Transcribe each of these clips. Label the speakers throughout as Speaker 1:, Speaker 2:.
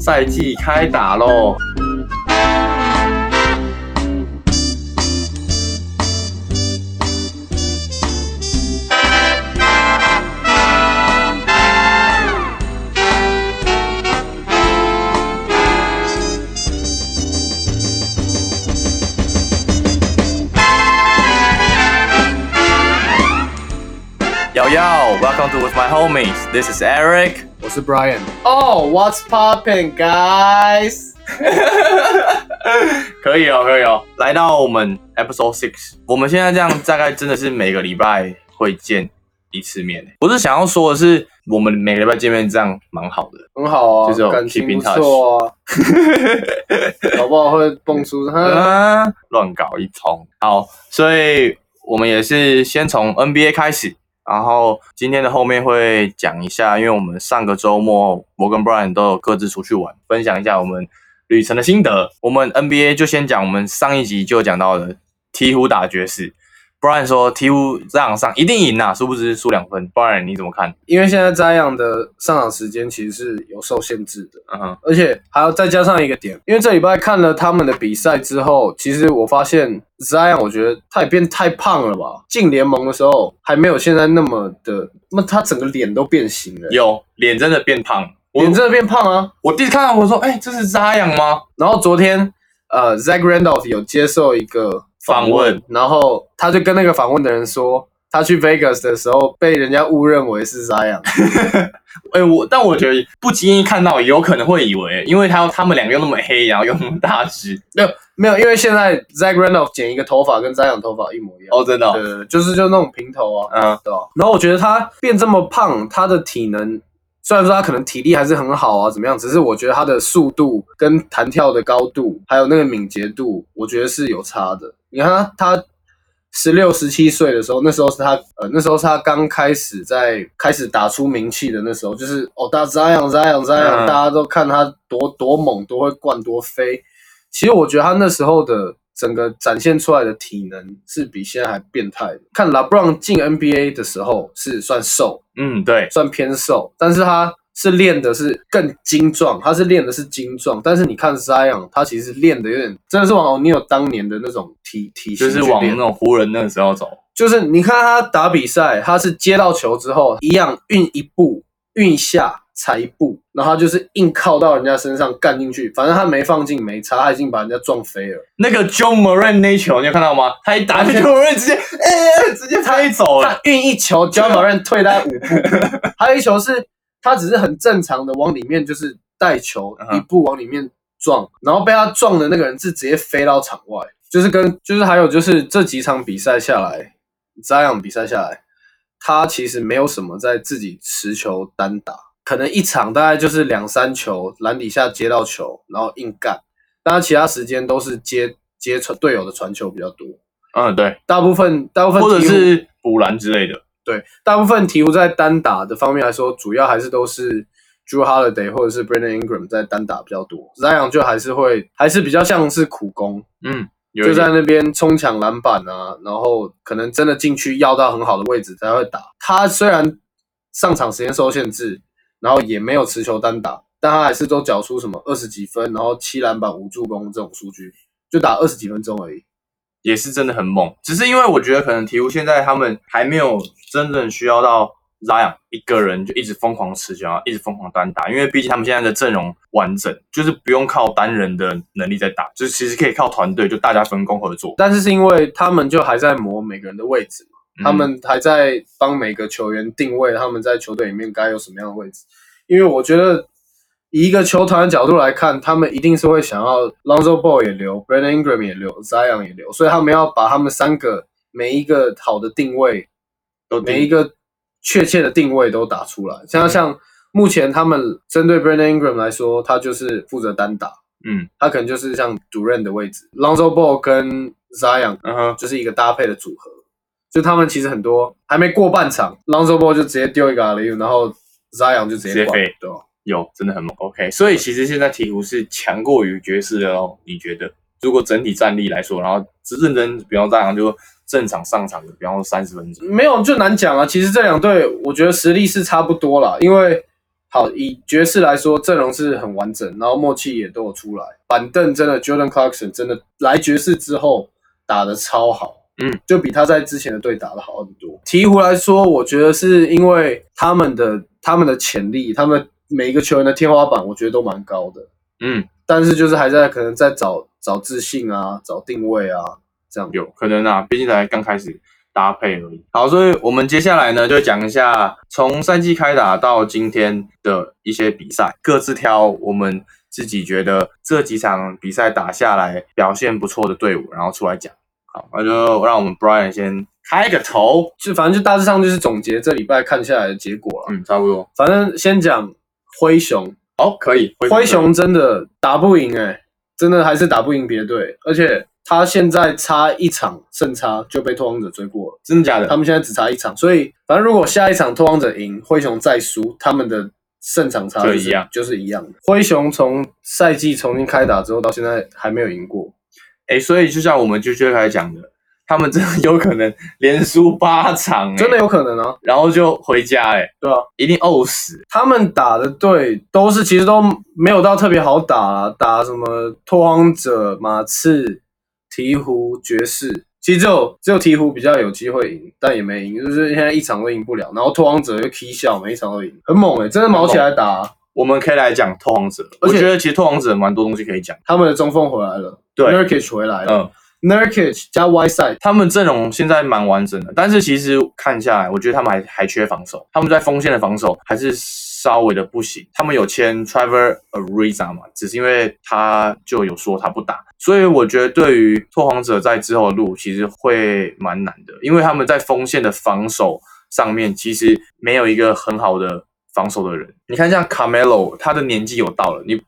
Speaker 1: 赛季开打喽！瑶瑶，Welcome to with my homies. This is Eric.
Speaker 2: 我是 Brian，
Speaker 3: Oh, what's poppin', guys？
Speaker 1: 可以哦，可以哦。来到我们 Episode Six，我们现在这样大概真的是每个礼拜会见一次面。我是想要说的是，我们每个礼拜见面这样蛮好的。
Speaker 3: 很好啊，
Speaker 1: 就是有
Speaker 3: 感情
Speaker 1: keep in
Speaker 3: 不错啊，搞不好会蹦出。哼
Speaker 1: 啊，乱搞一通。好，所以我们也是先从 NBA 开始，然后今天的后面会讲一下，因为我们上个周末我跟 Brian 都有各自出去玩，分享一下我们旅程的心得。我们 NBA 就先讲我们上一集就讲到的鹈鹕打爵士。Brian 说鹈鹕这场上一定赢啊，殊不知输两分。Brian 你怎么看？
Speaker 3: 因为现在扎养的上场时间其实是有受限制的，
Speaker 1: 嗯哼，
Speaker 3: 而且还要再加上一个点，因为这礼拜看了他们的比赛之后，其实我发现 Zion 我觉得他也变太胖了吧。进联盟的时候还没有现在那么的，那他整个脸都变形了，
Speaker 1: 有脸真的变胖。我
Speaker 3: 脸真的变胖啊。
Speaker 1: 我第一次看到我说，哎、这是扎养吗？
Speaker 3: 然后昨天呃，Zach Randolph 有接受一个
Speaker 1: 访问，
Speaker 3: 然后他就跟那个访问的人说，他去 Vegas 的时候被人家误认为是 Zion，
Speaker 1: 哎、我但我觉得不经意看到，有可能会以为，因为他他们两个又那么黑，然后又那么大只，
Speaker 3: 没有没有，因为现在 Zach Randolph 剪一个头发跟 Zion 头发一模一样，
Speaker 1: 哦，真的、哦，
Speaker 3: 对，就是就那种平头啊，
Speaker 1: 嗯，
Speaker 3: 对吧？然后我觉得他变这么胖，他的体能。虽然说他可能体力还是很好啊，怎么样？只是我觉得他的速度、跟弹跳的高度，还有那个敏捷度，我觉得是有差的。你看他，他十六、十七岁的时候，那时候是他呃，那时候是他刚开始在开始打出名气的那时候，就是哦，大家 Zion Zion Zion，、
Speaker 1: 嗯
Speaker 3: 大家都看他多多猛，多会灌，多飞。其实我觉得他那时候的整个展现出来的体能是比现在还变态的。看 LeBron 进 NBA 的时候是算瘦，
Speaker 1: 嗯，对，
Speaker 3: 算偏瘦，但是他是练的是更精壮，他是练的是精壮。但是你看 Zion，他其实练的有点真的是往奥尼尔当年的那种体体型
Speaker 1: 就
Speaker 3: 去
Speaker 1: 是
Speaker 3: 练，
Speaker 1: 往那种湖人那个时候走，
Speaker 3: 就是你看他打比赛，他是接到球之后一样运一步，运下踩一步，然后他就是硬靠到人家身上干进去，反正他没放进没差，他已经把人家撞飞了。
Speaker 1: 那个 John Moran 那一球，你有看到吗？他一打就 John Moran 直接，哎、直接推走了
Speaker 3: 他，哦运一球 j o h n m o r a n 退他 五步，还有一球是他只是很正常的往里面就是带球
Speaker 1: 嗯哼
Speaker 3: 一步往里面撞，然后被他撞的那个人是直接飞到场外，就是跟就是还有就是这几场比赛下来，扎样比赛下来，他其实没有什么在自己持球单打，可能一场大概就是两三球篮底下接到球然后硬干，但他其他时间都是接接传队友的传球比较多。
Speaker 1: 嗯，对，
Speaker 3: 大部分大部分
Speaker 1: 或者
Speaker 3: 鹈鹕
Speaker 1: 是补篮之类的，
Speaker 3: 对，大部分鹈鹕在单打的方面来说，主要还是都是 Drew Holiday 或者是 Brandon Ingram 在单打比较多，Zion 就还是会还是比较像是苦攻，
Speaker 1: 嗯，有
Speaker 3: 就
Speaker 1: 一
Speaker 3: 在
Speaker 1: 点，
Speaker 3: 那边冲抢篮板啊，然后可能真的进去要到很好的位置才会打。他虽然上场时间受限制，然后也没有持球单打，但他还是都缴出什么二十几分，然后七篮板五助攻这种数据，就打二十几分钟而已。
Speaker 1: 也是真的很猛，只是因为我觉得可能鹈鹕现在他们还没有真正需要到。扎养一个人就一直疯狂持球，然后一直疯狂单打，因为毕竟他们现在的阵容完整，就是不用靠单人的能力在打，就是其实可以靠团队，就大家分工合作。
Speaker 3: 但是是因为他们就还在磨每个人的位置。
Speaker 1: 嗯
Speaker 3: 他们还在帮每个球员定位他们在球队里面该有什么样的位置。因为我觉得，以一个球团的角度来看，他们一定是会想要 Lonzo Ball 也留，Brandon Ingram 也留，Zion 也留，所以他们要把他们三个每一个好的定位，
Speaker 1: 都
Speaker 3: 每一个确切的定位都打出来。像像目前他们针对 Brandon Ingram 来说，他就是负责单打，
Speaker 1: 嗯
Speaker 3: 他可能就是像主任的位置，Lonzo Ball 跟 Zion
Speaker 1: 嗯哼，
Speaker 3: 就是一个搭配的组合。就他们其实很多还没过半场，Lonzo Ball 就直接丢一个 alley，然后 Zion 就直
Speaker 1: 直接
Speaker 3: 接灌
Speaker 1: 飞，
Speaker 3: 对吧？
Speaker 1: 有真的很猛。OK，所以其实现在鹈鹕是强过于爵士的哦。你觉得，如果整体战力来说，然后只认真，比方这样就正常上场的，比方说三十分钟，
Speaker 3: 没有就难讲啊。其实这两队我觉得实力是差不多啦，因为好，以爵士来说，阵容是很完整，然后默契也都有出来。板凳真的 Jordan Clarkson 真的来爵士之后打得超好，
Speaker 1: 嗯，
Speaker 3: 就比他在之前的队打得好很多。鹈鹕来说，我觉得是因为他们的他们的潜力，他们每一个球员的天花板，我觉得都蛮高的，
Speaker 1: 嗯，
Speaker 3: 但是就是还在可能在找找自信啊，找定位啊，这样。
Speaker 1: 有可能啊，毕竟才刚开始搭配而已。好，所以我们接下来呢，就讲一下从赛季开打到今天的一些比赛，各自挑我们自己觉得这几场比赛打下来表现不错的队伍，然后出来讲。好，那就让我们 Brian 先开个头。
Speaker 3: 就反正就大致上就是总结这礼拜看下来的结果了。
Speaker 1: 嗯，差不多。
Speaker 3: 反正先讲灰熊，
Speaker 1: 好，可以。
Speaker 3: 灰熊真的打不赢哎、真的还是打不赢别队，而且他现在差一场胜差就被拓荒者追过了，
Speaker 1: 真的假的？
Speaker 3: 他们现在只差一场，所以反正如果下一场拓荒者赢，灰熊再输，他们的胜场差
Speaker 1: 就
Speaker 3: 就是
Speaker 1: 一样，
Speaker 3: 就是一样的。灰熊从赛季重新开打之后到现在还没有赢过，
Speaker 1: 哎、所以就像我们就最开始讲的，他们真的有可能连输八场、欸
Speaker 3: 真的，有可能啊，
Speaker 1: 然后就回家、欸，哎，
Speaker 3: 对啊，
Speaker 1: 一定呕死。
Speaker 3: 他们打的队都是其实都没有到特别好打啊，打什么拓荒者、马刺、鹈鹕、爵士，其实只有只有鹈鹕比较有机会赢，但也没赢，就是现在一场都赢不了。然后拓荒者又踢笑，每一场都赢，很猛诶、真的毛起来打啊、
Speaker 1: 我们可以来讲拓荒者，我
Speaker 3: 而且
Speaker 1: 觉得其实拓荒者蛮多东西可以讲。
Speaker 3: 他们的中锋回来了
Speaker 1: 对
Speaker 3: ，Nurkic 回来了、
Speaker 1: 嗯，
Speaker 3: n u r k i c 加 Y side，
Speaker 1: 他们阵容现在蛮完整的，但是其实看下来，我觉得他们还还缺防守，他们在锋线的防守还是稍微的不行。他们有签 Trevor Ariza 嘛，只是因为他就有说他不打，所以我觉得对于拓荒者在之后的路其实会蛮难的，因为他们在锋线的防守上面其实没有一个很好的防守的人。你看像 Carmelo，他的年纪有到了，你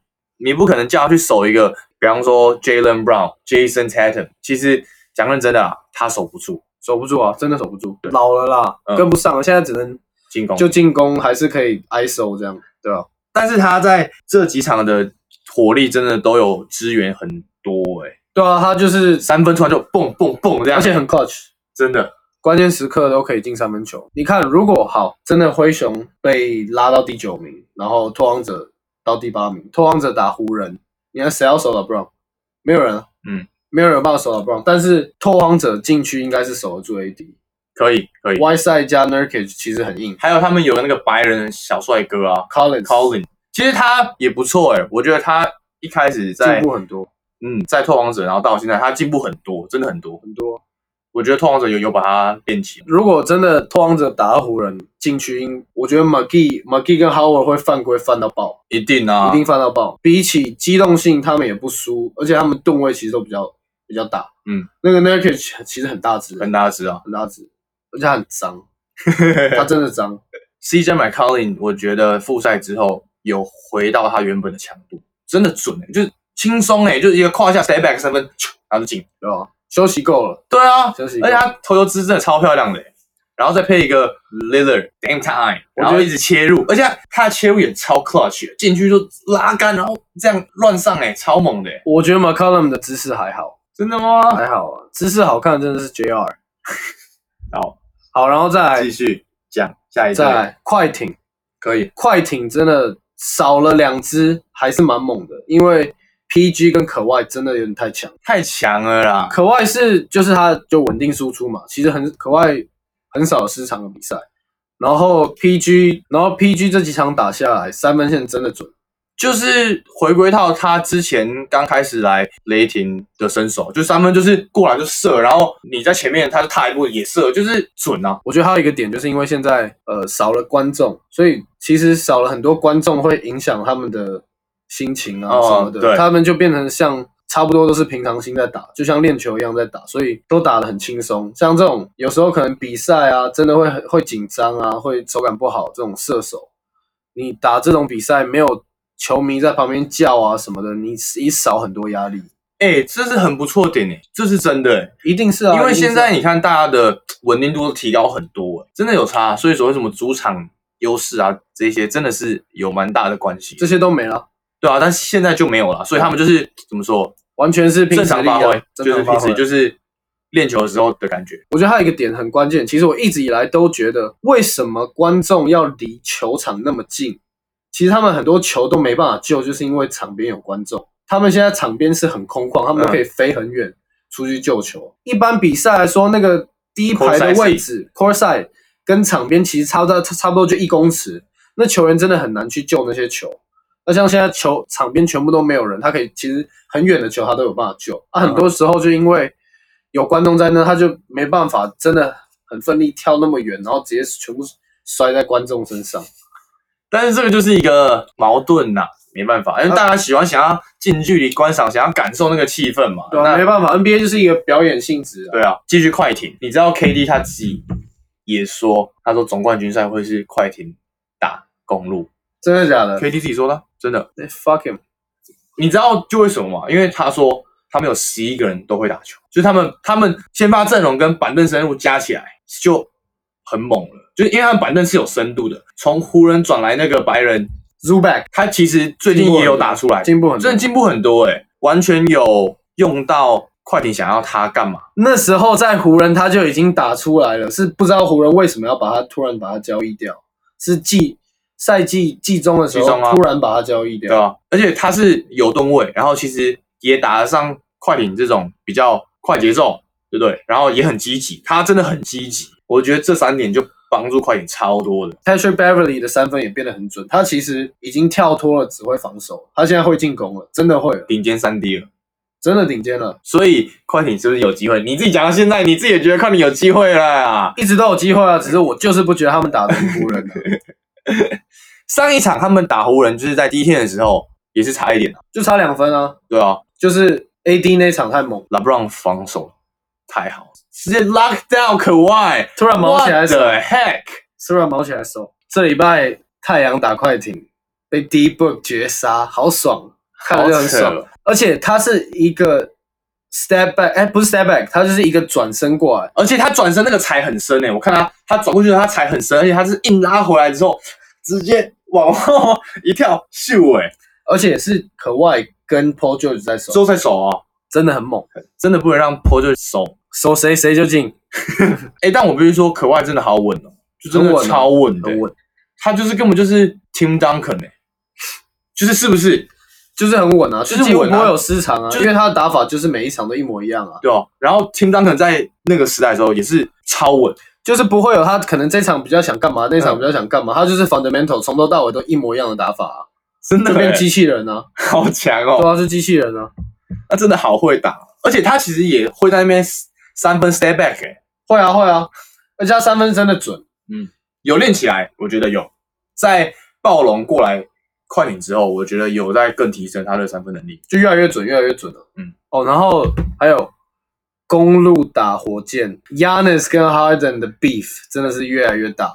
Speaker 1: 你不可能叫他去守一个，比方说 Jalen Brown、Jason Tatum，其实讲认真的啦，他守不住
Speaker 3: 守不住啊，真的守不住
Speaker 1: 对，
Speaker 3: 老了啦，
Speaker 1: 嗯
Speaker 3: 跟不上了，现在只能
Speaker 1: 进攻，
Speaker 3: 就进攻，还是可以 ISO 这样，对吧、
Speaker 1: 但是他在这几场的火力真的都有支援很多诶、欸
Speaker 3: 对啊，他就是，
Speaker 1: 三分突然就蹦蹦蹦这样，
Speaker 3: 而且很 clutch。
Speaker 1: 真的
Speaker 3: 关键时刻都可以进三分球。你看，如果好，真的灰熊被拉到第九名，然后拓荒者到第八名，拓荒者打湖人，你看谁要守 LeBron？没有人啊，
Speaker 1: 嗯，
Speaker 3: 没有人有办法守 LeBron。但是拓荒者禁区应该是守得住 AD。
Speaker 1: 可以可以。
Speaker 3: Y side 加 Nurkic 其实很硬
Speaker 1: 还有他们有那个白人小帅哥啊
Speaker 3: ，Collins
Speaker 1: ，Colin，其实他也不错诶、我觉得他一开始在
Speaker 3: 进步很多
Speaker 1: 嗯在拓王者，然后到现在他进步很多，真的很多。
Speaker 3: 很多。
Speaker 1: 我觉得拓王者有有把他变起来。
Speaker 3: 如果真的拓荒者打到湖人禁区，应我觉得 McGee McGee 跟 Howard 会犯规犯到爆。
Speaker 1: 一定啊，
Speaker 3: 一定犯到爆。比起机动性，他们也不输，而且他们吨位其实都比较比较大。
Speaker 1: 嗯，
Speaker 3: 那个 Nurkic 其实很大只，
Speaker 1: 跟
Speaker 3: 很
Speaker 1: 大家知道。
Speaker 3: 大只，而且他 很脏，他真的脏。
Speaker 1: CJ McCollin，我觉得复赛之后有回到他原本的强度，真的准、欸，就是轻松哎，就是一个胯下 step back 三分，咻然后就进。
Speaker 3: 对吧？休息够了，
Speaker 1: 对啊，
Speaker 3: 休息
Speaker 1: 而且他投球姿势真的超漂亮的、欸，然后再配一个 Lillard damn time，
Speaker 3: 我
Speaker 1: 然
Speaker 3: 觉得
Speaker 1: 后一直切入，而且他他的切入也超 clutch，欸进去就拉杆，然后这样乱上哎、欸超猛的、欸
Speaker 3: 我觉得 McCollum 的姿势还好，
Speaker 1: 真的吗？
Speaker 3: 还好啊，姿势好看真的是 JR。
Speaker 1: 好，
Speaker 3: 好，然后再来
Speaker 1: 继续讲下一
Speaker 3: 哎再
Speaker 1: 站，
Speaker 3: 来快艇，
Speaker 1: 可以，
Speaker 3: 快艇真的少了两只还是蛮猛的，因为 PG 跟可外真的有点太强。
Speaker 1: 太强了啦，
Speaker 3: 可外是就是他就稳定输出嘛，其实很可外很少失常的比赛。然后 PG，然后 PG 这几场打下来，三分线真的准，
Speaker 1: 就是回归到他之前刚开始来雷霆的身手，就三分就是过来就射，然后你在前面他就踏一步也射，就是准啊。
Speaker 3: 我觉得还有一个点，就是因为现在呃少了观众，所以其实少了很多观众，会影响他们的心情啊
Speaker 1: 哦
Speaker 3: 什么的，
Speaker 1: 对
Speaker 3: 他们就变成像差不多都是平常心在打，就像练球一样在打，所以都打得很轻松。像这种有时候可能比赛啊，真的会很会紧张啊，会手感不好这种射手，你打这种比赛没有球迷在旁边叫啊什么的，你你少很多压力，
Speaker 1: 哎、这是很不错的点哎、这是真的哎、
Speaker 3: 一定是啊，
Speaker 1: 因为
Speaker 3: 一定
Speaker 1: 现
Speaker 3: 是啊
Speaker 1: 在你看大家的稳定度都提高很多、欸，真的有差，所以所谓什么主场优势啊这些真的是有蛮大的关系
Speaker 3: 这，些都没了，
Speaker 1: 对啊，但是现在就没有了，所以他们就是怎么说
Speaker 3: 完全是凭
Speaker 1: 正
Speaker 3: 实
Speaker 1: 常
Speaker 3: 力啊
Speaker 1: 发挥，
Speaker 3: 正
Speaker 1: 就是
Speaker 3: 常发
Speaker 1: 平时
Speaker 3: 挥。
Speaker 1: 就是练球的时候的感觉，
Speaker 3: 我觉得还有一个点很关键，其实我一直以来都觉得，为什么观众要离球场那么近？其实他们很多球都没办法救，就是因为场边有观众。他们现在场边是很空旷，他们
Speaker 1: 嗯
Speaker 3: 可以飞很远出去救球。一般比赛来说，那个第一排
Speaker 1: Court
Speaker 3: 的
Speaker 1: side
Speaker 3: 位置 court side 跟场边其实差不多，差不多就一公尺。那球员真的很难去救那些球。那像现在球场边全部都没有人，他可以其实很远的球他都有办法救。啊，
Speaker 1: 嗯
Speaker 3: 很多时候就因为有观众在那，他就没办法真的很奋力跳那么远，然后直接全部摔在观众身上。
Speaker 1: 但是这个就是一个矛盾呐、没办法，因为大家喜欢想要近距离观赏，想要感受那个气氛嘛。
Speaker 3: 对啊，没
Speaker 1: 那
Speaker 3: 办法，NBA 就是一个表演性质啊。
Speaker 1: 对啊，继续快艇。你知道 KD 他自己也说，他说总冠军赛会是快艇打公路
Speaker 3: 真的假的
Speaker 1: ，KD 自己说的，真的。
Speaker 3: 哎？Fuck him！
Speaker 1: 你知道就为什么吗？因为他说他们有十一个人都会打球，就是他们他们先发阵容跟板凳深度加起来就很猛了，就是因为他们板凳是有深度的。从湖人转来那个白人，
Speaker 3: z o o back
Speaker 1: 他其实最近也有打出来，
Speaker 3: 进步很多
Speaker 1: 真的。进步很多诶、完全有用到快艇想要他干嘛？
Speaker 3: 那时候在湖人他就已经打出来了，是不知道湖人为什么要把他突然把他交易掉，是季赛季季中的时候
Speaker 1: 季中啊
Speaker 3: 突然把他交易
Speaker 1: 对
Speaker 3: 掉。
Speaker 1: 吧、而且他是有吨位，然后其实也打得上快艇这种比较快节奏，对不对？然后也很积极，他真的很积极，我觉得这三点就帮助快艇超多的。
Speaker 3: Patrick Beverly 的三分也变得很准，他其实已经跳脱了只会防守，他现在会进攻了，真的会了，
Speaker 1: 顶尖三 D 了，
Speaker 3: 真的顶尖了，
Speaker 1: 所以快艇是不是有机会？你自己讲到现在，你自己也觉得快艇有机会了啊！
Speaker 3: 一直都有机会啊，只是我就是不觉得他们打得赢湖 人、啊，
Speaker 1: 上一场他们打湖人就是在第一天的时候也是差一点啊，
Speaker 3: 就差两分啊，
Speaker 1: 对啊
Speaker 3: 就是 AD 那场太猛，
Speaker 1: 拉布朗防守太好，直接 lock down 可外，
Speaker 3: 突然毛起来
Speaker 1: What
Speaker 3: 手，
Speaker 1: the heck！
Speaker 3: 突然毛起来手。这礼拜太阳打快艇被 D Book 绝杀，好爽，看
Speaker 1: 好
Speaker 3: 了就很爽。
Speaker 1: 扯，
Speaker 3: 而且他是一个 step back，哎、不是 step back，他就是一个转身过来，
Speaker 1: 而且他转身那个踩很深诶、欸我看他他转过去的时候他踩很深，而且他是硬拉回来之后直接往后一跳秀诶、
Speaker 3: 而且是可外跟 Paul George 在
Speaker 1: 之后
Speaker 3: 守，
Speaker 1: 再手啊，
Speaker 3: 真的很猛，
Speaker 1: 真的不能让 p o 就手
Speaker 3: 守谁谁就进，
Speaker 1: 诶、但我必须说，可外真的好稳哦，就真
Speaker 3: 很
Speaker 1: 的
Speaker 3: 稳啊
Speaker 1: 超稳的、
Speaker 3: 很稳，
Speaker 1: 他就是根本就是 Tim Duncan 诶、就是是不是？
Speaker 3: 就是很稳啊，
Speaker 1: 就是
Speaker 3: 就是几乎
Speaker 1: 稳
Speaker 3: 不
Speaker 1: 啊
Speaker 3: 会有失常啊，
Speaker 1: 就是
Speaker 3: 因为他的打法就是每一场都一模一样啊，
Speaker 1: 对哦。然后 Tim Duncan 在那个时代的时候也是超稳，
Speaker 3: 就是不会有他可能这场比较想干嘛，那场
Speaker 1: 嗯
Speaker 3: 比较想干嘛，他就是 fundamental 从头到尾都一模一样的 打法、啊，
Speaker 1: 真的
Speaker 3: 就变
Speaker 1: 诶、
Speaker 3: 机器人啊，
Speaker 1: 好强哦。
Speaker 3: 对啊，是机器人啊。
Speaker 1: 他真的好会打，而且他其实也会在那边 s- 三分 step back，、欸、
Speaker 3: 会啊会啊，而且他三分真的准，
Speaker 1: 有练起来，我觉得有。在暴龙过来快艇之后，我觉得有在更提升他的三分 能力。
Speaker 3: 就越来越准，越来越准了。
Speaker 1: 嗯，
Speaker 3: 哦，然后还有公路打火箭，Yanis 跟 Harden 的 beef 真的是越来越大。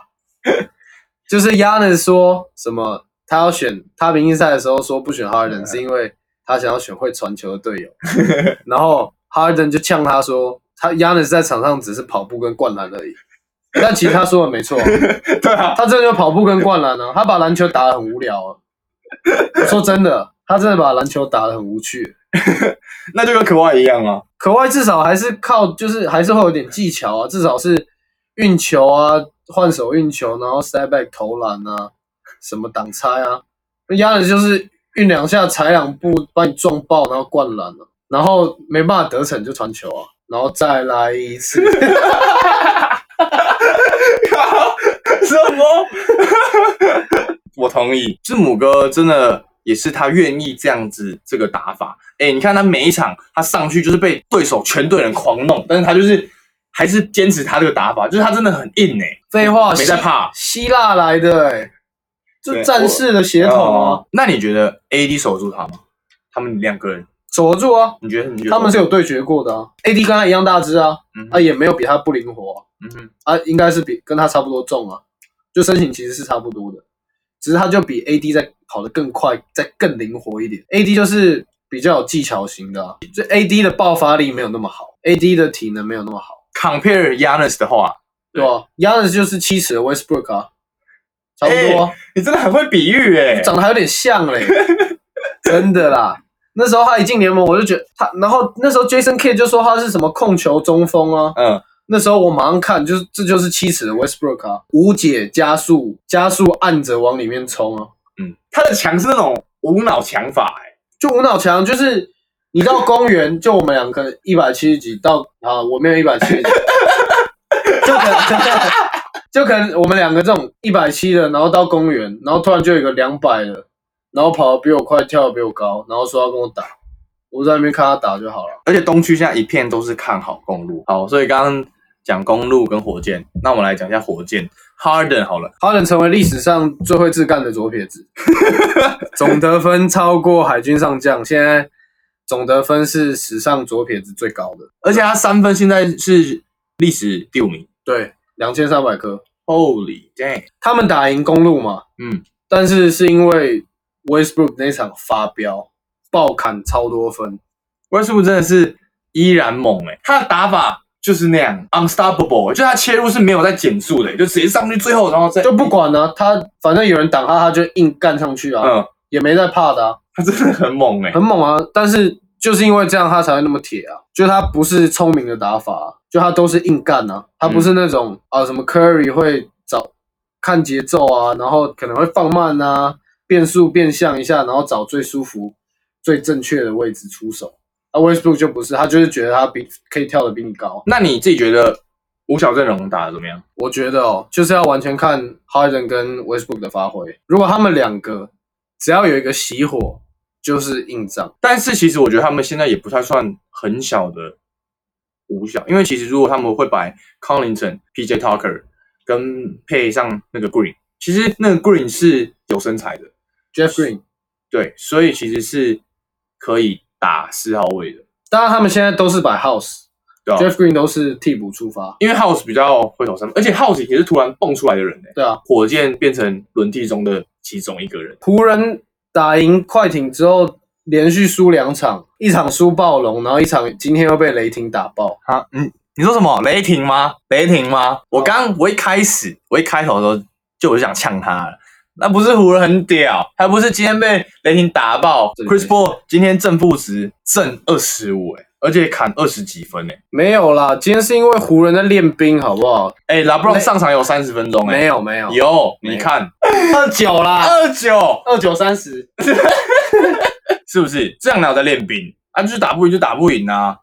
Speaker 3: 就是 Yanis 说什么，他要选他明星赛的时候说不选 Harden，是因为他想要选会传球的队友。然后 Harden 就呛他说，他 Yanis 在场上只是跑步跟灌篮而已。但其实他说的没错啊、
Speaker 1: 对啊，
Speaker 3: 他真的有跑步跟灌篮啊，他把篮球打得很无聊啊。我说真的，他真的把篮球打得很无趣。
Speaker 1: 那就跟可外一样 啊。
Speaker 3: 可外至少还是靠，就是还是会有点技巧啊，至少是运球啊，换手运球，然后 step back 投篮啊，什么挡拆啊。那压的就是运两下，踩两步把你撞爆，然后灌篮了、然后没办法得逞就传球啊，然后再来 一次。
Speaker 1: 什么？ 我同意，字母哥真的也是他愿意这样子这个打法。哎、你看他每一场他上去就是被对手全队人狂弄，但是他就是还是坚持他这个打法，就是他真的很硬哎、
Speaker 3: 废话，
Speaker 1: 没在怕。
Speaker 3: 希希腊来的、欸，就
Speaker 1: 对
Speaker 3: 战士的血统啊，
Speaker 1: 哦那你觉得 AD 守得住他吗？他们两个人，
Speaker 3: 守得住啊。
Speaker 1: 你觉得你觉得
Speaker 3: 他们是有对决过的啊，AD 跟他一样大只啊，
Speaker 1: 嗯
Speaker 3: 啊也没有比他不灵活
Speaker 1: 嗯哼
Speaker 3: 啊，啊应该是比跟他差不多重啊，就身形其实是差不多的，只是他就比 AD 在跑得更快，再更灵活一点。AD 就是比较有技巧型的、啊，就 AD 的爆发力没有那么好，AD 的体能没有那么好，
Speaker 1: compare Yanis 的话，
Speaker 3: 对吧、啊？亚的就是七尺的 Westbrook 啊，差不多啊、
Speaker 1: 你真的很会比喻哎、
Speaker 3: 长得还有点像嘞，真的啦。那时候他一进联盟，我就觉得他，然后那时候 Jason Kidd 就说他是什么控球中锋啊，
Speaker 1: 嗯，
Speaker 3: 那时候我马上看，就是这就是七尺的 Westbrook 啊，无解加速，加速按着往里面冲啊，
Speaker 1: 嗯他的强是那种无脑强法、欸，
Speaker 3: 就无脑强，就是你到公园，就我们两个一百七十几到啊，我没有一百七十几，就可能就可能我们两个这种一百七的，然后到公园，然后突然就有一个两百的，然后跑得比我快，跳得比我高，然后说要跟我打，我在那边看他打就好了。
Speaker 1: 而且东区现在一片都是看好公路。好，所以刚刚讲公路跟火箭，那我们来讲一下火箭 Harden 好了，
Speaker 3: 哈登成为历史上最会自干的左撇子， 总得分超过海军上将，现在总得分是史上左撇子最高的，
Speaker 1: 而且他三分现在是历史第五名
Speaker 3: 对，两千三百颗。
Speaker 1: ，Holy damn！
Speaker 3: 他们打赢公路嘛，
Speaker 1: 嗯，
Speaker 3: 但是是因为 Westbrook 那场发飙，爆砍超多分，
Speaker 1: 威斯布真的是依然猛哎、他的打法就是那样 unstoppable，欸、就他切入是没有在减速的欸、就直接上去最后然后再
Speaker 3: 就不管了、他反正有人挡他，他就硬干上去啊，
Speaker 1: 嗯，
Speaker 3: 也没在怕的、啊，
Speaker 1: 他真的很猛哎、
Speaker 3: 很猛啊。但是就是因为这样，他才会那么铁啊，就他不是聪明的打法、啊，就他都是硬干啊，他不是那种、啊什么 Curry 会找看节奏啊，然后可能会放慢啊，变速变向一下，然后找最舒服、最正确的位置出手。啊，Westbrook 就不是，他就是觉得他比可以跳得比你高。
Speaker 1: 那你自己觉得五小阵容打的怎么样？
Speaker 3: 我觉得哦，就是要完全看 Harden 跟 Westbrook 的发挥。如果他们两个只要有一个熄火，就是硬仗。
Speaker 1: 但是其实我觉得他们现在也不太算很小的五小，因为其实如果他们会摆 Collinson、PJ Tucker 跟配上那个 Green，其实那个 Green 是有身材的，
Speaker 3: Jeff Green，
Speaker 1: 对，所以其实是可以打四号位的，
Speaker 3: 当然他们现在都是摆 House，Jeff
Speaker 1: 对啊吧、
Speaker 3: Green 都是替补出发。
Speaker 1: 因为 House 比较会投三分，而且 House 也是突然蹦出来的人呢、
Speaker 3: 对啊，
Speaker 1: 火箭变成轮替中的其中一个人。
Speaker 3: 湖人打赢快艇之后，连续输两场，一场输暴龙，然后一场今天又被雷霆打爆。
Speaker 1: 啊，嗯，你说什么？雷霆吗？雷霆吗？我刚我一开始我一开头的时候就我就想呛他了，那不是湖人很屌，还不是今天被雷霆打爆
Speaker 3: 对
Speaker 1: ？Chris Paul 今天正负值正二十五，哎，而且砍二十几分、欸，哎，
Speaker 3: 没有啦，今天是因为湖人在练兵，好不好？
Speaker 1: 哎，拉布
Speaker 3: 没
Speaker 1: 朗上场有三十分钟、欸，
Speaker 3: 没有没有，
Speaker 1: 有，
Speaker 3: 没有
Speaker 1: 你看
Speaker 3: 二九啦，
Speaker 1: 二九
Speaker 3: 二九三十。
Speaker 1: 是不是？这样哪有在练兵啊？就是打不赢就打不赢啊，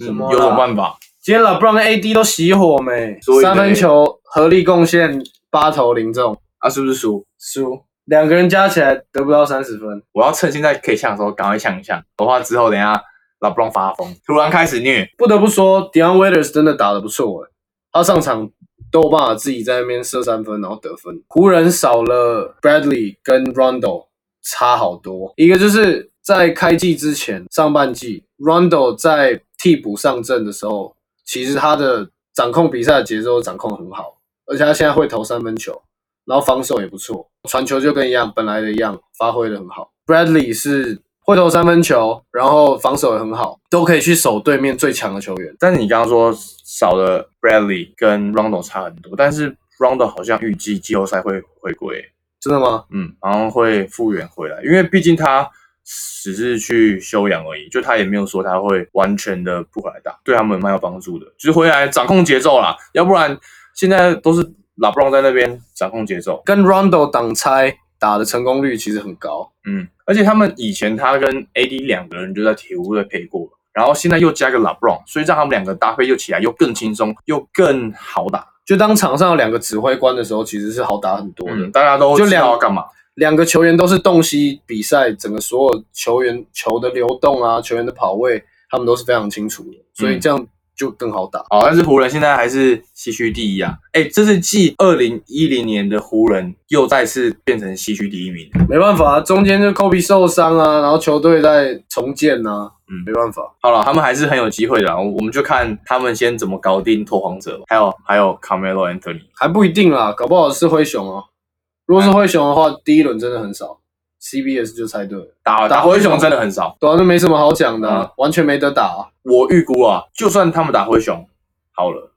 Speaker 1: 嗯
Speaker 3: 什么啦
Speaker 1: 有什么办法？
Speaker 3: 今天 LeBron 跟 AD 都熄火没
Speaker 1: 所以，呢
Speaker 3: 三分球合力贡献八投零中，
Speaker 1: 啊，是不是输？
Speaker 3: 输两个人加起来得不到三十分。
Speaker 1: 我要趁现在可以呛的时候赶快呛一呛，不然之后等一下拉布朗发疯，突然开始虐。
Speaker 3: 不得不说，Dion Waiters 真的打得不错诶，他上场都有办法自己在那边射三分，然后得分。湖人少了 Bradley 跟 Rondo 差好多，一个就是在开季之前上半季，Rondo 在替补上阵的时候，其实他的掌控比赛的节奏掌控很好，而且他现在会投三分球，然后防守也不错，传球就跟一样本来的一样，发挥的很好。Bradley 是会投三分球，然后防守也很好，都可以去守对面最强的球员。
Speaker 1: 但是你刚刚说少了 Bradley 跟 Rondo 差很多，但是 Rondo 好像预计季后赛会回归，
Speaker 3: 真的吗？
Speaker 1: 嗯，然后会复原回来，因为毕竟他只是去休养而已，就他也没有说他会完全的不回来打，对他们蛮有帮助的，就是回来掌控节奏啦，要不然现在都是拉布朗在那边掌控节奏，
Speaker 3: 跟 Rondo 挡拆打的成功率其实很高，
Speaker 1: 嗯，而且他们以前他跟 AD 两个人就在铁屋队配过了，然后现在又加个 LeBron，所以让他们两个搭配又起来又更轻松又更好打。
Speaker 3: 就当场上有两个指挥官的时候，其实是好打很多的。
Speaker 1: 嗯，大家都
Speaker 3: 就
Speaker 1: 知
Speaker 3: 两
Speaker 1: 道要干嘛。
Speaker 3: 两个球员都是洞悉比赛整个所有球员球的流动啊，球员的跑位，他们都是非常清楚的，所
Speaker 1: 嗯
Speaker 3: 以这样就更好打。
Speaker 1: 哦好、但是湖人现在还是西区第一啊！哎，这是继二零一零年的湖人又再次变成西区第一名。
Speaker 3: 没办法、啊，中间就 Kobe 受伤啊，然后球队在重建啊，
Speaker 1: 嗯
Speaker 3: 没办法。
Speaker 1: 好了，他们还是很有机会的啊，我我们就看他们先怎么搞定拓荒者，还有还有 Carmelo Anthony。
Speaker 3: 还不一定啦，搞不好是灰熊哦、如果是灰熊的话，第一轮真的很少，CBS 就猜对了。
Speaker 1: 打打灰熊真的很少，
Speaker 3: 对啊，那没什么好讲的啊、完全没得打啊、
Speaker 1: 我预估啊，就算他们打灰熊好了，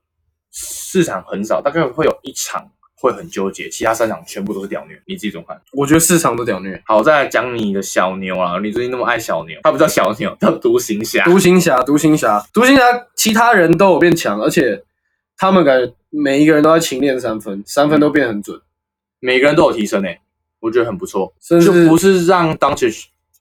Speaker 1: 市场很少，大概会有一场会很纠结，其他三场全部都是屌虐。你自己怎么看？
Speaker 3: 我觉得市场都屌虐。
Speaker 1: 好，再来讲你的小牛啊，你最近那么爱小牛，他不叫小牛，叫独行侠。
Speaker 3: 独行侠，独行侠，独行侠，其他人都有变强，而且他们感觉每一个人都在勤练三分，三分都变很准。
Speaker 1: 每个人都有提升诶、欸我觉得很不错，
Speaker 3: 甚
Speaker 1: 就
Speaker 3: 至
Speaker 1: 不是让当前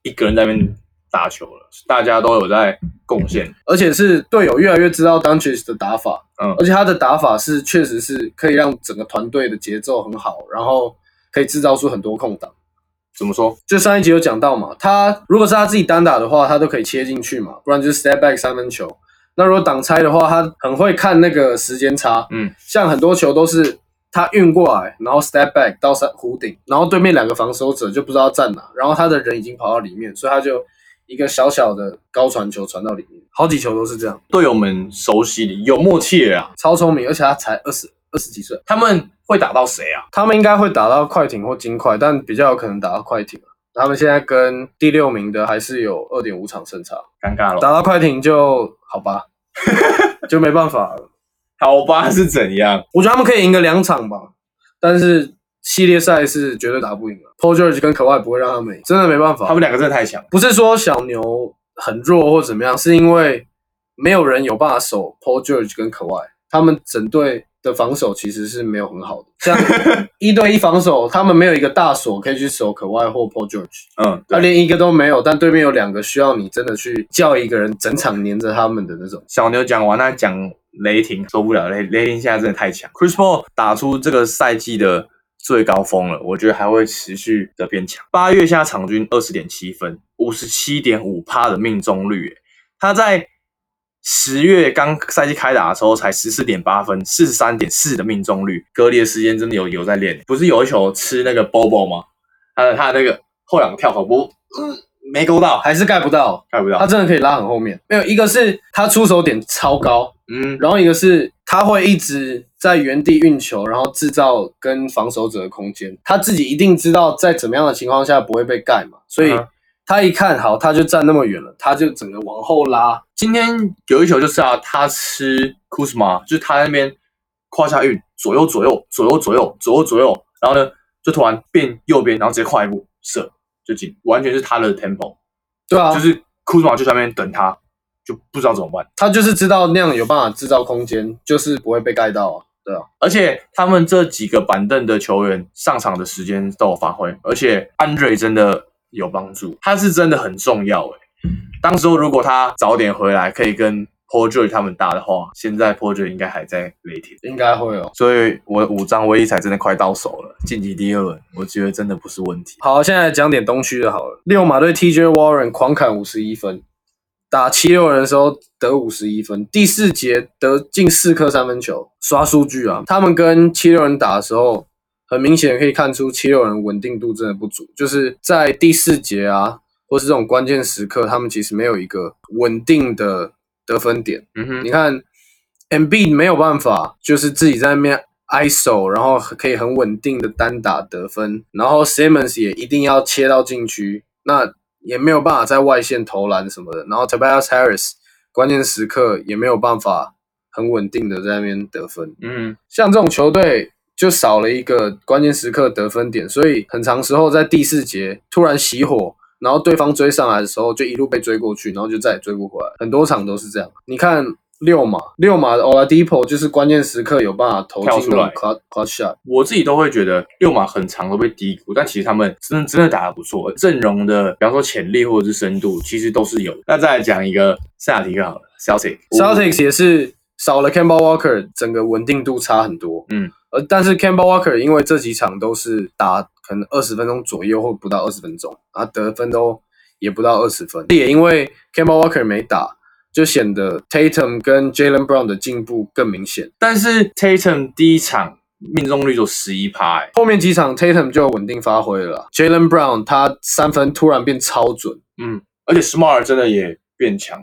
Speaker 1: 一个人在那边打球了，是大家都有在贡献。
Speaker 3: 而且是队友越来越知道 d u n c i c 的打法，
Speaker 1: 嗯
Speaker 3: 而且他的打法是确实是可以让整个团队的节奏很好，然后可以制造出很多空档。
Speaker 1: 怎么说？
Speaker 3: 就上一集有讲到嘛，他如果是他自己单打的话，他都可以切进去嘛，不然就是 step back 三分球。那如果挡拆的话，他很会看那个时间差，
Speaker 1: 嗯，
Speaker 3: 像很多球都是他运过来，然后 step back 到三弧顶，然后对面两个防守者就不知道站哪，然后他的人已经跑到里面，所以他就一个小小的高传球传到里面，好几球都是这样，
Speaker 1: 队友们熟悉的有默契了啊，
Speaker 3: 超聪明，而且他才二十二十几岁，
Speaker 1: 他们会打到谁啊？
Speaker 3: 他们应该会打到快艇或金块，但比较有可能打到快艇。啊他们现在跟第六名的还是有二点五场胜差，
Speaker 1: 尴尬了，
Speaker 3: 打到快艇就 好吧，就没办法了。
Speaker 1: 好吧是怎样？
Speaker 3: 我觉得他们可以赢个两场吧，但是系列赛是绝对打不赢的。Paul George 跟可外不会让他们赢，真的没办法。
Speaker 1: 他们两个真的太强了，
Speaker 3: 不是说小牛很弱或怎么样，是因为没有人有办法守 Paul George 跟可外，他们整队的防守其实是没有很好的。 像一对一防守，他们没有一个大锁可以去守可外或 Paul George，
Speaker 1: 嗯，
Speaker 3: 他
Speaker 1: 对。
Speaker 3: 连一个都没有。但对面有两个需要你真的去叫一个人整场黏着他们的那种。
Speaker 1: 小牛讲完，那讲雷霆受不了，雷雷霆现在真的太强。Chris Paul 打出这个赛季的最高峰了，我觉得还会持续的变强。八月下场均二十点七分，五十七点五趴的命中率耶，他在十月刚赛季开打的时候才十四点八分，四十三点四的命中率，隔离的时间真的有有在练。不是有一球吃那个 Bobo 吗？他的他的那个后仰跳投不，嗯，没勾到，
Speaker 3: 还是盖不到，
Speaker 1: 盖不
Speaker 3: 他
Speaker 1: 到。
Speaker 3: 真的可以拉很后面。没有一个是他出手点超高，
Speaker 1: 嗯，
Speaker 3: 然后一个是他会一直在原地运球，然后制造跟防守者的空间。他自己一定知道在怎么样的情况下不会被盖嘛，所以
Speaker 1: 嗯哼
Speaker 3: 他一看好，他就站那么远了，他就整个往后拉。
Speaker 1: 今天有一球就是啊，他吃 Kuzma，就是他那边胯下运，左右左右左右左右左右左右，然后呢就突然变右边，然后直接跨一步射就进，完全是他的 tempo，、
Speaker 3: 对啊，
Speaker 1: 就是是 Kuzma 就在那边等他，就不知道怎么办。
Speaker 3: 他就是知道那样有办法制造空间，就是不会被盖到啊。对啊，
Speaker 1: 而且他们这几个板凳的球员上场的时间都有发挥，而且安瑞真的有帮助，他是真的很重要诶、当时候如果他早点回来，可以跟 p o r g e 他们打的话，现在 p o r g e 应该还在雷霆。
Speaker 3: 应该会哦。
Speaker 1: 所以我五张威力才真的快到手了，晋级第二轮，我觉得真的不是问题。
Speaker 3: 好，现在讲点东区的好了。六马队 TJ Warren 狂砍五十一分，打七六人的时候得五十一分，第四节得近四颗三分球，刷数据啊！他们跟七六人打的时候，很明显可以看出七六人稳定度真的不足，就是在第四节啊，或是这种关键时刻，他们其实没有一个稳定的得分点。
Speaker 1: 嗯哼，
Speaker 3: 你看，M B 没有办法，就是自己在那边 ISO，然后可以很稳定的单打得分，然后 Simmons 也一定要切到禁区，那也没有办法在外线投篮什么的，然后 Tobias Harris 关键时刻也没有办法很稳定的在那边得分，
Speaker 1: 嗯，
Speaker 3: 像这种球队就少了一个关键时刻得分点，所以很长时候在第四节突然熄火，然后对方追上来的时候就一路被追过去，然后就再也追不回来。很多场都是这样。你看六码，六码的 Oladipo 就是关键时刻有办法投
Speaker 1: 跳
Speaker 3: 进
Speaker 1: 出
Speaker 3: 那种
Speaker 1: 来
Speaker 3: clutch clutch shot。
Speaker 1: 我自己都会觉得六马很长都被低估，但其实他们真的真的打得不错，阵容的，比方说潜力或者是深度，其实都是有的。那再来讲一个塞尔提克好了，Celtic
Speaker 3: Celtics 也是少了 Kemba Walker，整个稳定度差很多。
Speaker 1: 嗯，
Speaker 3: 呃，但是 Kemba Walker 因为这几场都是打可能二十分钟左右，或不到二十分钟，啊，得分都也不到二十分。也因为 Kemba Walker 没打，就显得 Tatum 跟 Jalen Brown 的进步更明显。
Speaker 1: 但是 Tatum 第一场命中率就十一趴，哎、
Speaker 3: 后面几场 Tatum 就稳定发挥了啦，Jalen Brown 他三分突然变超准，
Speaker 1: 嗯，而且 Smart 真的也变强，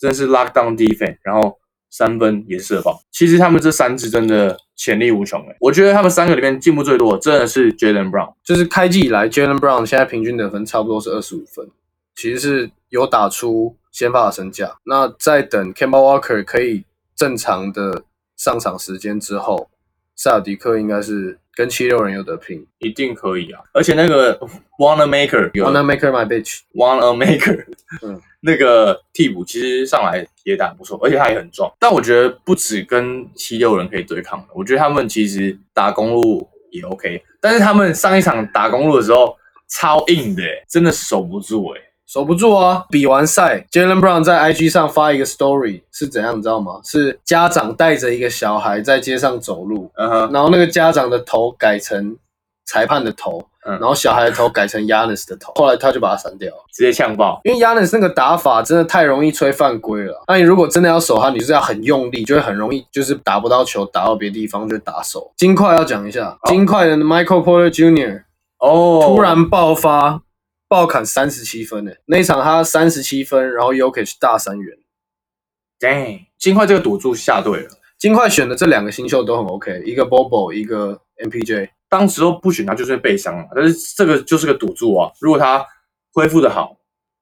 Speaker 1: 真的是 Lockdown Defense，然后三分也射爆。其实他们这三支真的潜力无穷诶、我觉得他们三个里面进步最多的真的是 Jalen Brown，
Speaker 3: 就是开季以来，Jalen Brown 现在平均得分差不多是二十五分，其实是有打出先发的身价。那在等 Kemba Walker 可以正常的上场时间之后，塞尔迪克应该是跟七六人有得拼。
Speaker 1: 一定可以啊！而且那个 Wanna Maker 有
Speaker 3: Wanna maker my bitch，
Speaker 1: Wanna Maker，
Speaker 3: 嗯
Speaker 1: 那个替补其实上来也打得不错，而且他也很壮。但我觉得不止跟七六人可以对抗的，我觉得他们其实打公路也 OK，但是他们上一场打公路的时候超硬的、欸真的守不住哎、
Speaker 3: 守不住啊！比完赛，Jalen Brown 在 IG 上发一个 story 是怎样，你知道吗？是家长带着一个小孩在街上走路，
Speaker 1: 嗯哼，
Speaker 3: 然后那个家长的头改成裁判的头，
Speaker 1: 嗯
Speaker 3: 然后小孩的头改成 Yanis 的头，后来他就把他删掉了，
Speaker 1: 直接呛爆。
Speaker 3: 因为 Yanis 那个打法真的太容易吹犯规了。那你如果真的要守他，你就是要很用力，就会很容易就是打不到球，打到别地方就打手。金块要讲一下，金块的 Michael Porter Jr.
Speaker 1: 哦，
Speaker 3: 突然爆发，爆砍三十七分诶，那一场他三十七分，然后 y o k i c 大三元。
Speaker 1: ，dang，金块这个赌注下对了。
Speaker 3: 金块选的这两个新秀都很 OK，一个 Bobo，一个 MPJ。
Speaker 1: 当时候不选他就是会被伤嘛，但是这个就是个赌注啊。如果他恢复的好，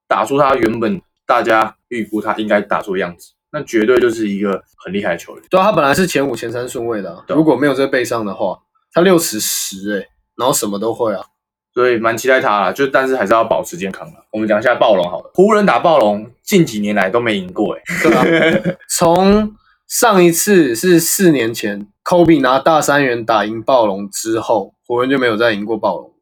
Speaker 1: 打出他原本大家预估他应该打出的样子，那绝对就是一个很厉害的球员。
Speaker 3: 对啊，他本来是前五前三顺位的啊、
Speaker 1: 对啊
Speaker 3: 如果没有这背上的话，他六尺十诶，然后什么都会啊。
Speaker 1: 所以蛮期待他啦，就但是还是要保持健康啦。我们讲一下暴龙好了，湖人打暴龙近几年来都没赢过、欸，
Speaker 3: 对啊，从上一次是四年前 Kobe 拿大三元打赢暴龙之后，湖人就没有再赢过暴龙。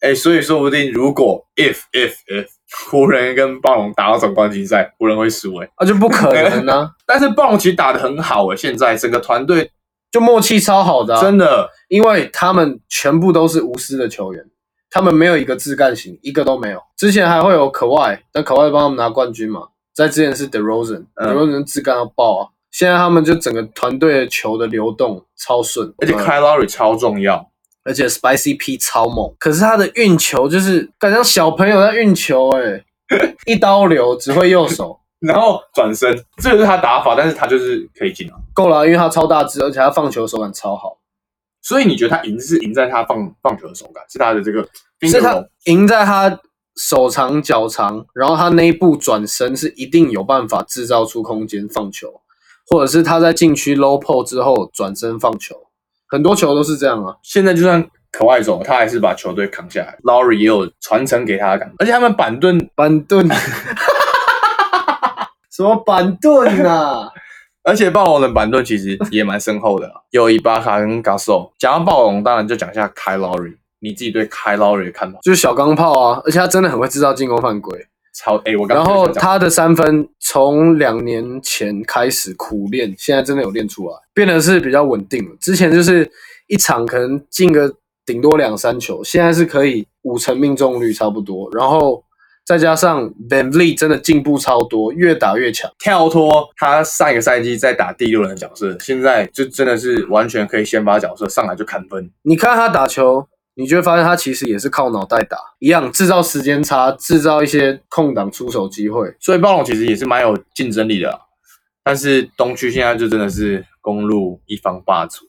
Speaker 1: 哎、所以说不定如果 if if if 湖人跟暴龙打到总冠军赛，湖人会输哎、
Speaker 3: 啊，就不可能啊，
Speaker 1: 但是暴龙其实打得很好哎、现在整个团队
Speaker 3: 就默契超好的、啊，
Speaker 1: 真的
Speaker 3: 因为他们全部都是无私的球员，他们没有一个自干型，一个都没有。之前还会有可外，但可外帮他们拿冠军嘛，在之前是 DeRozan，DeRozan、
Speaker 1: 嗯
Speaker 3: DeRozan 自干要爆啊。现在他们就整个团队的球的流动超顺，
Speaker 1: 而且
Speaker 3: 嗯
Speaker 1: Kyle Lowry 超重要，
Speaker 3: 而且 Spicy P 超猛，可是他的运球就是感觉像小朋友在运球、欸， 一刀流，只会右手，
Speaker 1: 然后转身，这个是他打法，但是他就是可以进啊。
Speaker 3: 够了啊，因为他超大只，而且他放球手感超好。
Speaker 1: 所以你觉得他赢是赢在他放放球的手感，是他的这个 finger
Speaker 3: 是他
Speaker 1: roll
Speaker 3: 赢在他手长脚长，然后他那一步转身是一定有办法制造出空间放球，或者是他在禁区 low p o 之后转身放球，很多球都是这样啊。
Speaker 1: 现在就算可外走，他还是把球队扛下来。Lowry 也有传承给他的感觉，而且他们板凳，
Speaker 3: 板凳， 什么板凳啊？
Speaker 1: 而且暴龙的板凳其实也蛮深厚的啊、 有伊巴卡跟 Gasol。讲到暴龙，当然就讲一下 Kyle Lowry，你自己对 Kyle Lowry 的看法？
Speaker 3: 就是小钢炮啊，而且他真的很会制造进攻犯规。
Speaker 1: 超哎、我刚
Speaker 3: 然
Speaker 1: 刚
Speaker 3: 后
Speaker 1: 就想讲
Speaker 3: 他的三分从两年前开始苦练，现在真的有练出来，变得是比较稳定了。之前就是一场可能进个顶多两三球，现在是可以五成命中率差不多，然后再加上 Van v l e 真的进步超多，越打越强。
Speaker 1: 跳脱他上一个赛季在打第六人的角色，现在就真的是完全可以先发角色上来就砍分。
Speaker 3: 你看他打球，你就会发现他其实也是靠脑袋打，一样制造时间差，制造一些空档出手机会。
Speaker 1: 所以暴龙其实也是蛮有竞争力的啊、但是东区现在就真的是公路一方霸主，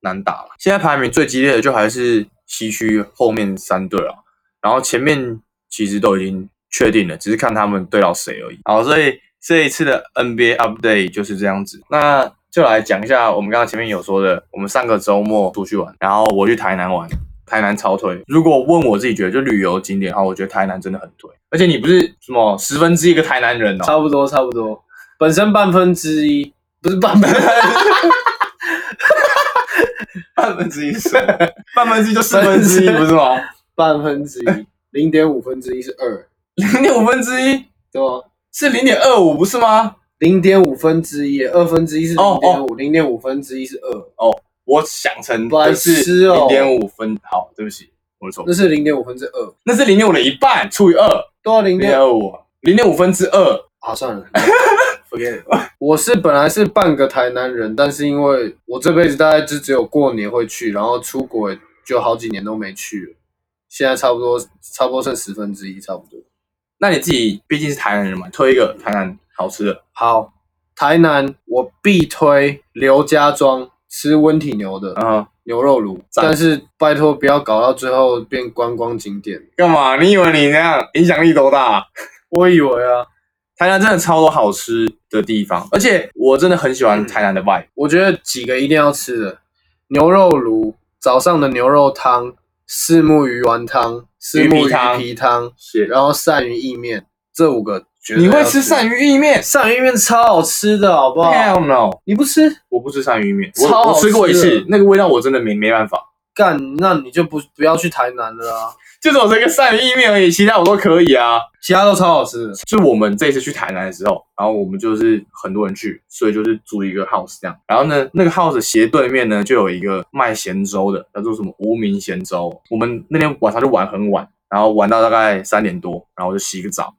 Speaker 1: 难打了。现在排名最激烈的就还是西区后面三队啊，然后前面其实都已经确定了，只是看他们对到谁而已。好，所以这一次的 NBA update 就是这样子。那就来讲一下我们刚刚前面有说的，我们上个周末出去玩，然后我去台南玩，台南超推。如果问我自己觉得就旅游景点的话，我觉得台南真的很推。而且你不是什么十分之一个台南人哦，
Speaker 3: 差不多，差不多。本身半分之一，不是半分，
Speaker 1: 半分之一是什么半分之一就四分之一不是吗？
Speaker 3: 半分之一，零点五分之一是二，
Speaker 1: 零点五分之一
Speaker 3: 对吗？
Speaker 1: 是零点二五不是吗？
Speaker 3: 零点五分之一，二分之一是
Speaker 1: 哦
Speaker 3: 零点五，零点五分之一是二，
Speaker 1: 我想成
Speaker 3: 白痴
Speaker 1: 是
Speaker 3: 哦
Speaker 1: 零点五分，好，对不起，我的错
Speaker 3: 那，是零点五分之二，
Speaker 1: 那是零点五的一半除以二，
Speaker 3: 多少零
Speaker 1: 零
Speaker 3: 点
Speaker 1: 点二五，零点五分之二。
Speaker 3: 啊？算了，
Speaker 1: OK，
Speaker 3: 我是本来是半个台南人，但是因为我这辈子大概就只有过年会去，然后出国也就好几年都没去了，现在差不多差不多剩十分之一，差不多。
Speaker 1: 那你自己毕竟是台南人嘛，推一个台南好吃的，
Speaker 3: 好，台南我必推刘家庄吃温体牛的，
Speaker 1: 然后
Speaker 3: 牛肉炉，
Speaker 1: 赞
Speaker 3: 但是拜托不要搞到最后变观光景点。
Speaker 1: 干嘛？你以为你那样影响力多大啊、
Speaker 3: 我以为啊，
Speaker 1: 台南真的超多好吃的地方，而且我真的很喜欢台南的 vibe。
Speaker 3: 我觉得几个一定要吃的牛肉炉，早上的牛肉汤、四目鱼丸汤、四目
Speaker 1: 鱼皮汤
Speaker 3: 鱼皮汤，
Speaker 1: 是
Speaker 3: 然后鳝鱼意面，这五个绝对
Speaker 1: 你会
Speaker 3: 要
Speaker 1: 吃鳝
Speaker 3: 鱼？
Speaker 1: 鱼啊意面
Speaker 3: 鳝鱼意面超好吃的，好不好？
Speaker 1: ？Hell no！
Speaker 3: 你不吃？
Speaker 1: 我不吃鳝鱼面，
Speaker 3: 超
Speaker 1: 我
Speaker 3: 好
Speaker 1: 我吃过一
Speaker 3: 吃
Speaker 1: 次
Speaker 3: 的，
Speaker 1: 那个味道我真的没没办法。
Speaker 3: 干，那你就不不要去台南了啊，
Speaker 1: 就只有这个鳝鱼意面而已，其他我都可以啊。
Speaker 3: 其他都超好吃的。
Speaker 1: 就我们这一次去台南的时候，然后我们就是很多人去，所以就是租一个 house 这样。然后呢，那个 house 斜对面呢就有一个卖咸粥的，叫做什么无名咸粥。我们那天晚上就玩很晚，然后玩到大概三点多，然后我就洗个澡，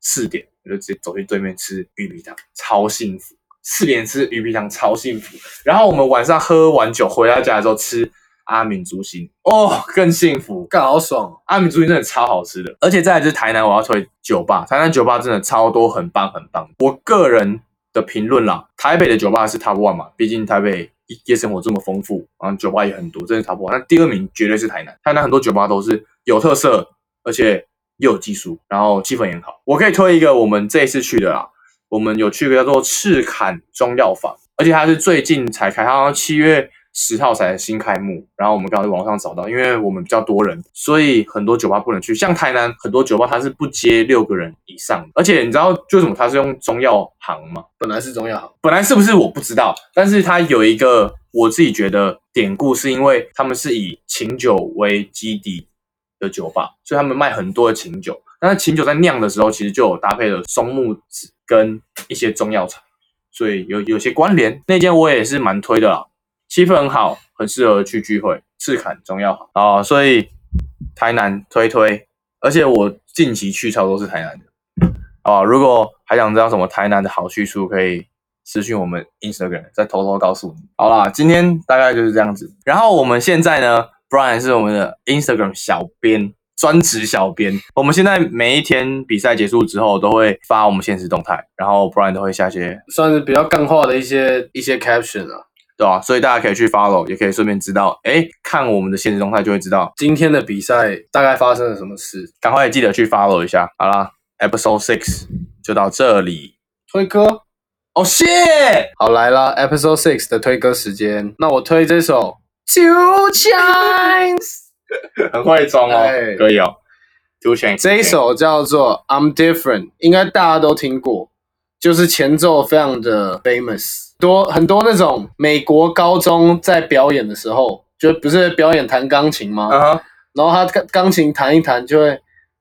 Speaker 1: 四点我就直接走去对面吃鱼皮汤，超幸福。四点吃鱼皮汤超幸福。然后我们晚上喝完酒回到家的时候吃阿敏猪心，哦，更幸福。
Speaker 3: 干好爽哦，
Speaker 1: 阿米猪心真的超好吃的，而且再来就是台南，我要推酒吧，台南酒吧真的超多，很棒很棒。我个人的评论啦，台北的酒吧是 top one 嘛，毕竟台北夜生活这么丰富，然后酒吧也很多，真的 top one。那第二名绝对是台南，台南很多酒吧都是有特色，而且又有技术，然后气氛也很好。我可以推一个我们这一次去的啦，我们有去一个叫做赤坎中药房，而且它是最近才开，它好像七月十号才新开幕。然后我们刚好在网上找到，因为我们比较多人，所以很多酒吧不能去。像台南很多酒吧它是不接六个人以上的，而且你知道就为什么它是用中药行吗？
Speaker 3: 本来是中药行，
Speaker 1: 本来是不是我不知道，但是它有一个我自己觉得典故，是因为他们是以琴酒为基底的酒吧，所以他们卖很多的琴酒。但是琴酒在酿的时候，其实就有搭配了松木子跟一些中药材，所以有有些关联。那间我也是蛮推的啦，气氛很好，很适合去聚会。赤坎中药行啊、哦所以台南推推，而且我近期去差不多是台南的。啊，如果还想知道什么台南的好去处，可以私讯我们 Instagram，再偷偷告诉你。好啦，今天大概就是这样子。然后我们现在呢，Brian 是我们的 Instagram 小编，专职小编。我们现在每一天比赛结束之后，都会发我们现实动态，然后 Brian 都会下些，
Speaker 3: 算是比较干化的一些一些 caption 啊。
Speaker 1: 对吧、所以大家可以去 follow，也可以顺便知道，哎，看我们的现实动态就会知道。
Speaker 3: 今天的比赛大概发生了什么事？
Speaker 1: 赶快记得去 follow 一下。好啦，Episode Six 就到这里。
Speaker 3: 推歌，
Speaker 1: 哦、谢。
Speaker 3: 好来啦，Episode Six 的推歌时间。那我推这首 Two Chains，
Speaker 1: 很会装哦
Speaker 3: 哎，
Speaker 1: 可以哦。Two Chains
Speaker 3: 这一首叫做 I'm Different，应该大家都听过，就是前奏非常的 famous，多很多那种美国高中在表演的时候，就不是表演弹钢琴吗？
Speaker 1: 啊哈，
Speaker 3: 然后他钢钢琴弹一弹就会。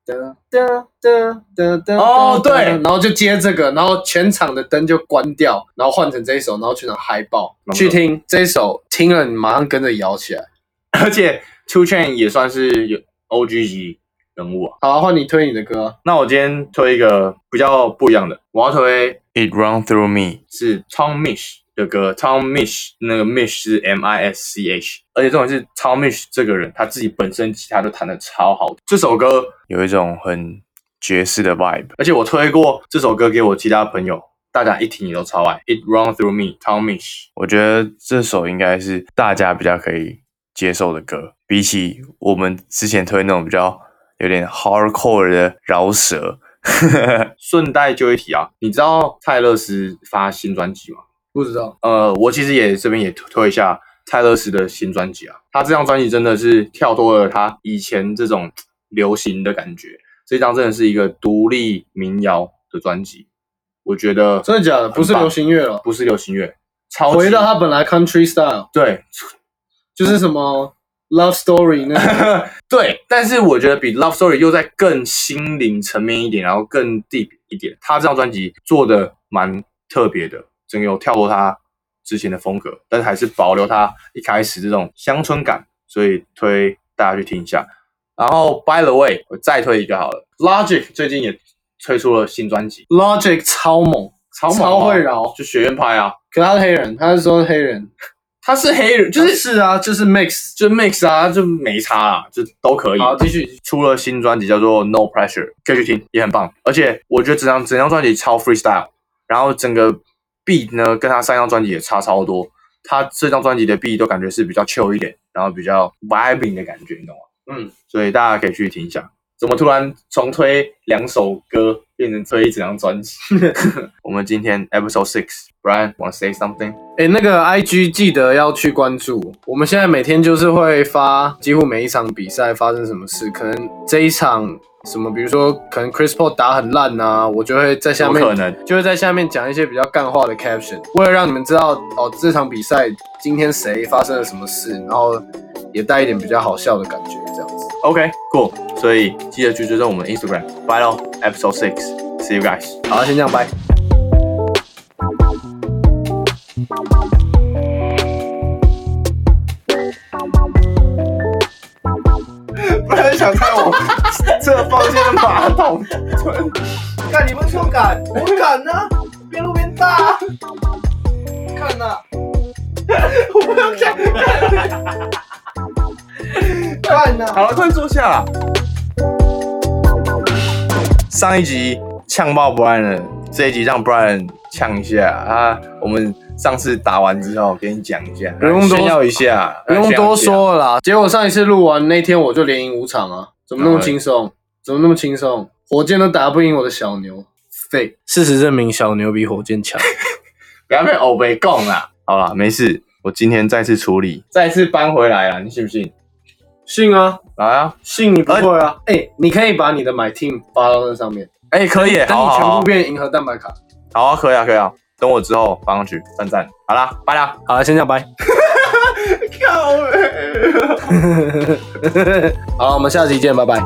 Speaker 3: 哒哒哒哒哒
Speaker 1: 哦对
Speaker 3: 然后就接这个，然后全场的灯就关掉，然后换成这一首，然后全场嗨爆。
Speaker 1: 蛮不错
Speaker 3: 去听这一首，听了你马上跟着摇起来。
Speaker 1: 而且 Two Chain 也算是有 O G 级人物啊。
Speaker 3: 好，换你推你的歌。
Speaker 1: 那我今天推一个比较不一样的，我要推《It Run Through Me》，是 Tom Mish 的歌。Tom Mish 那个 Mish 是 M I S C H，而且重点是 Tom Mish 这个人他自己本身吉他都弹的超好，这首歌有一种很爵士的 vibe。而且我推过这首歌给我其他朋友，大家一听也都超爱。It Run Through Me，Tom Mish。我觉得这首应该是大家比较可以接受的歌，比起我们之前推那种比较有点 hardcore 的饶舌。 顺带就一提啊，你知道泰勒斯发新专辑吗？
Speaker 3: 不知道，
Speaker 1: 呃，我其实也这边也推一下泰勒斯的新专辑啊，他这张专辑真的是跳脱了他以前这种流行的感觉，这张真的是一个独立民谣的专辑，我觉得
Speaker 3: 真的假的？不是流行乐了，
Speaker 1: 不是流行乐，超级
Speaker 3: 回到他本来 country style，
Speaker 1: 对
Speaker 3: 就是什么 love story 那种
Speaker 1: 对，但是我觉得比 Love Story 又在更心灵层面一点，然后更 deep 一点。他这张专辑做的蛮特别的，整个有跳脱他之前的风格，但是还是保留他一开始这种乡村感，所以推大家去听一下。然后 By the way，我再推一个好了，Logic 最近也推出了新专辑，
Speaker 3: logic 超猛，
Speaker 1: 超猛啊
Speaker 3: 超会饶。
Speaker 1: 就学院派啊，
Speaker 3: 可他是黑人，他是说黑人，
Speaker 1: 他是黑人，就是
Speaker 3: 是啊，就是 mix。
Speaker 1: 就 mix 啊，就没差啊，就都可以。
Speaker 3: 好，继续。
Speaker 1: 出了新专辑叫做《No Pressure》，可以去听，也很棒。而且我觉得整张整张专辑超 freestyle，然后整个 beat 呢跟他上一张专辑也差超多。他这张专辑的 beat 都感觉是比较 chill 一点，然后比较 vibing 的感觉，你懂吗？
Speaker 3: 嗯，
Speaker 1: 所以大家可以去听一下。怎么突然重推两首歌变成推一整张专辑？ 我们今天 episode six，Brian wanna say something？
Speaker 3: 哎、那个 IG 记得要去关注。我们现在每天就是会发，几乎每一场比赛发生什么事，可能这一场什么，比如说可能 Chris Paul 打很烂啊，我就会在下
Speaker 1: 有
Speaker 3: 面
Speaker 1: 可能
Speaker 3: 就会在下面讲一些比较干话的 caption，为了让你们知道哦，这场比赛今天谁发生了什么事，然后也带一点比较好笑的感觉，这样子。
Speaker 1: OK，cool，、所以记得去追踪我们的 Instagram。Bye 喽，Episode Six，See you guys。
Speaker 3: 好，先这样，拜。
Speaker 1: 不然想看我这方向的马桶。
Speaker 3: 看你们说敢，我敢呢、边录边大、看呐、
Speaker 1: 我不要看。
Speaker 3: 看呐、
Speaker 1: 好了，快坐下啦。上一集呛爆 Brian 了，这一集让 Brian 呛一下啊。我们上次打完之后，给你讲一下，
Speaker 3: 不用多
Speaker 1: 炫耀一下，
Speaker 3: 不用
Speaker 1: 炫耀
Speaker 3: 多
Speaker 1: 一下。
Speaker 3: 说了啦。结果上一次录完那天我就连赢五场啊，怎么那么
Speaker 1: 哎
Speaker 3: 轻松？怎么那么轻松？火箭都打不赢我的小牛，废。事实证明，小牛比火箭强。
Speaker 1: 不要被欧北供啦。好啦，没事，我今天再次处理，再次搬回来了，你信不信？
Speaker 3: 信啊，
Speaker 1: 来啊，
Speaker 3: 信你不会啊？哎、你可以把你的 My Team 发到那上面，
Speaker 1: 哎、可以，
Speaker 3: 等
Speaker 1: 好
Speaker 3: 你
Speaker 1: 好
Speaker 3: 全
Speaker 1: 好
Speaker 3: 部，变银河蛋白卡。
Speaker 1: 好啊，可以啊，可以啊，等我之后放上去，赞赞。好啦，拜啦。
Speaker 3: 好了，先这样， 拜。
Speaker 1: 靠
Speaker 3: 好了，我们下期见，拜拜。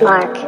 Speaker 2: Mark.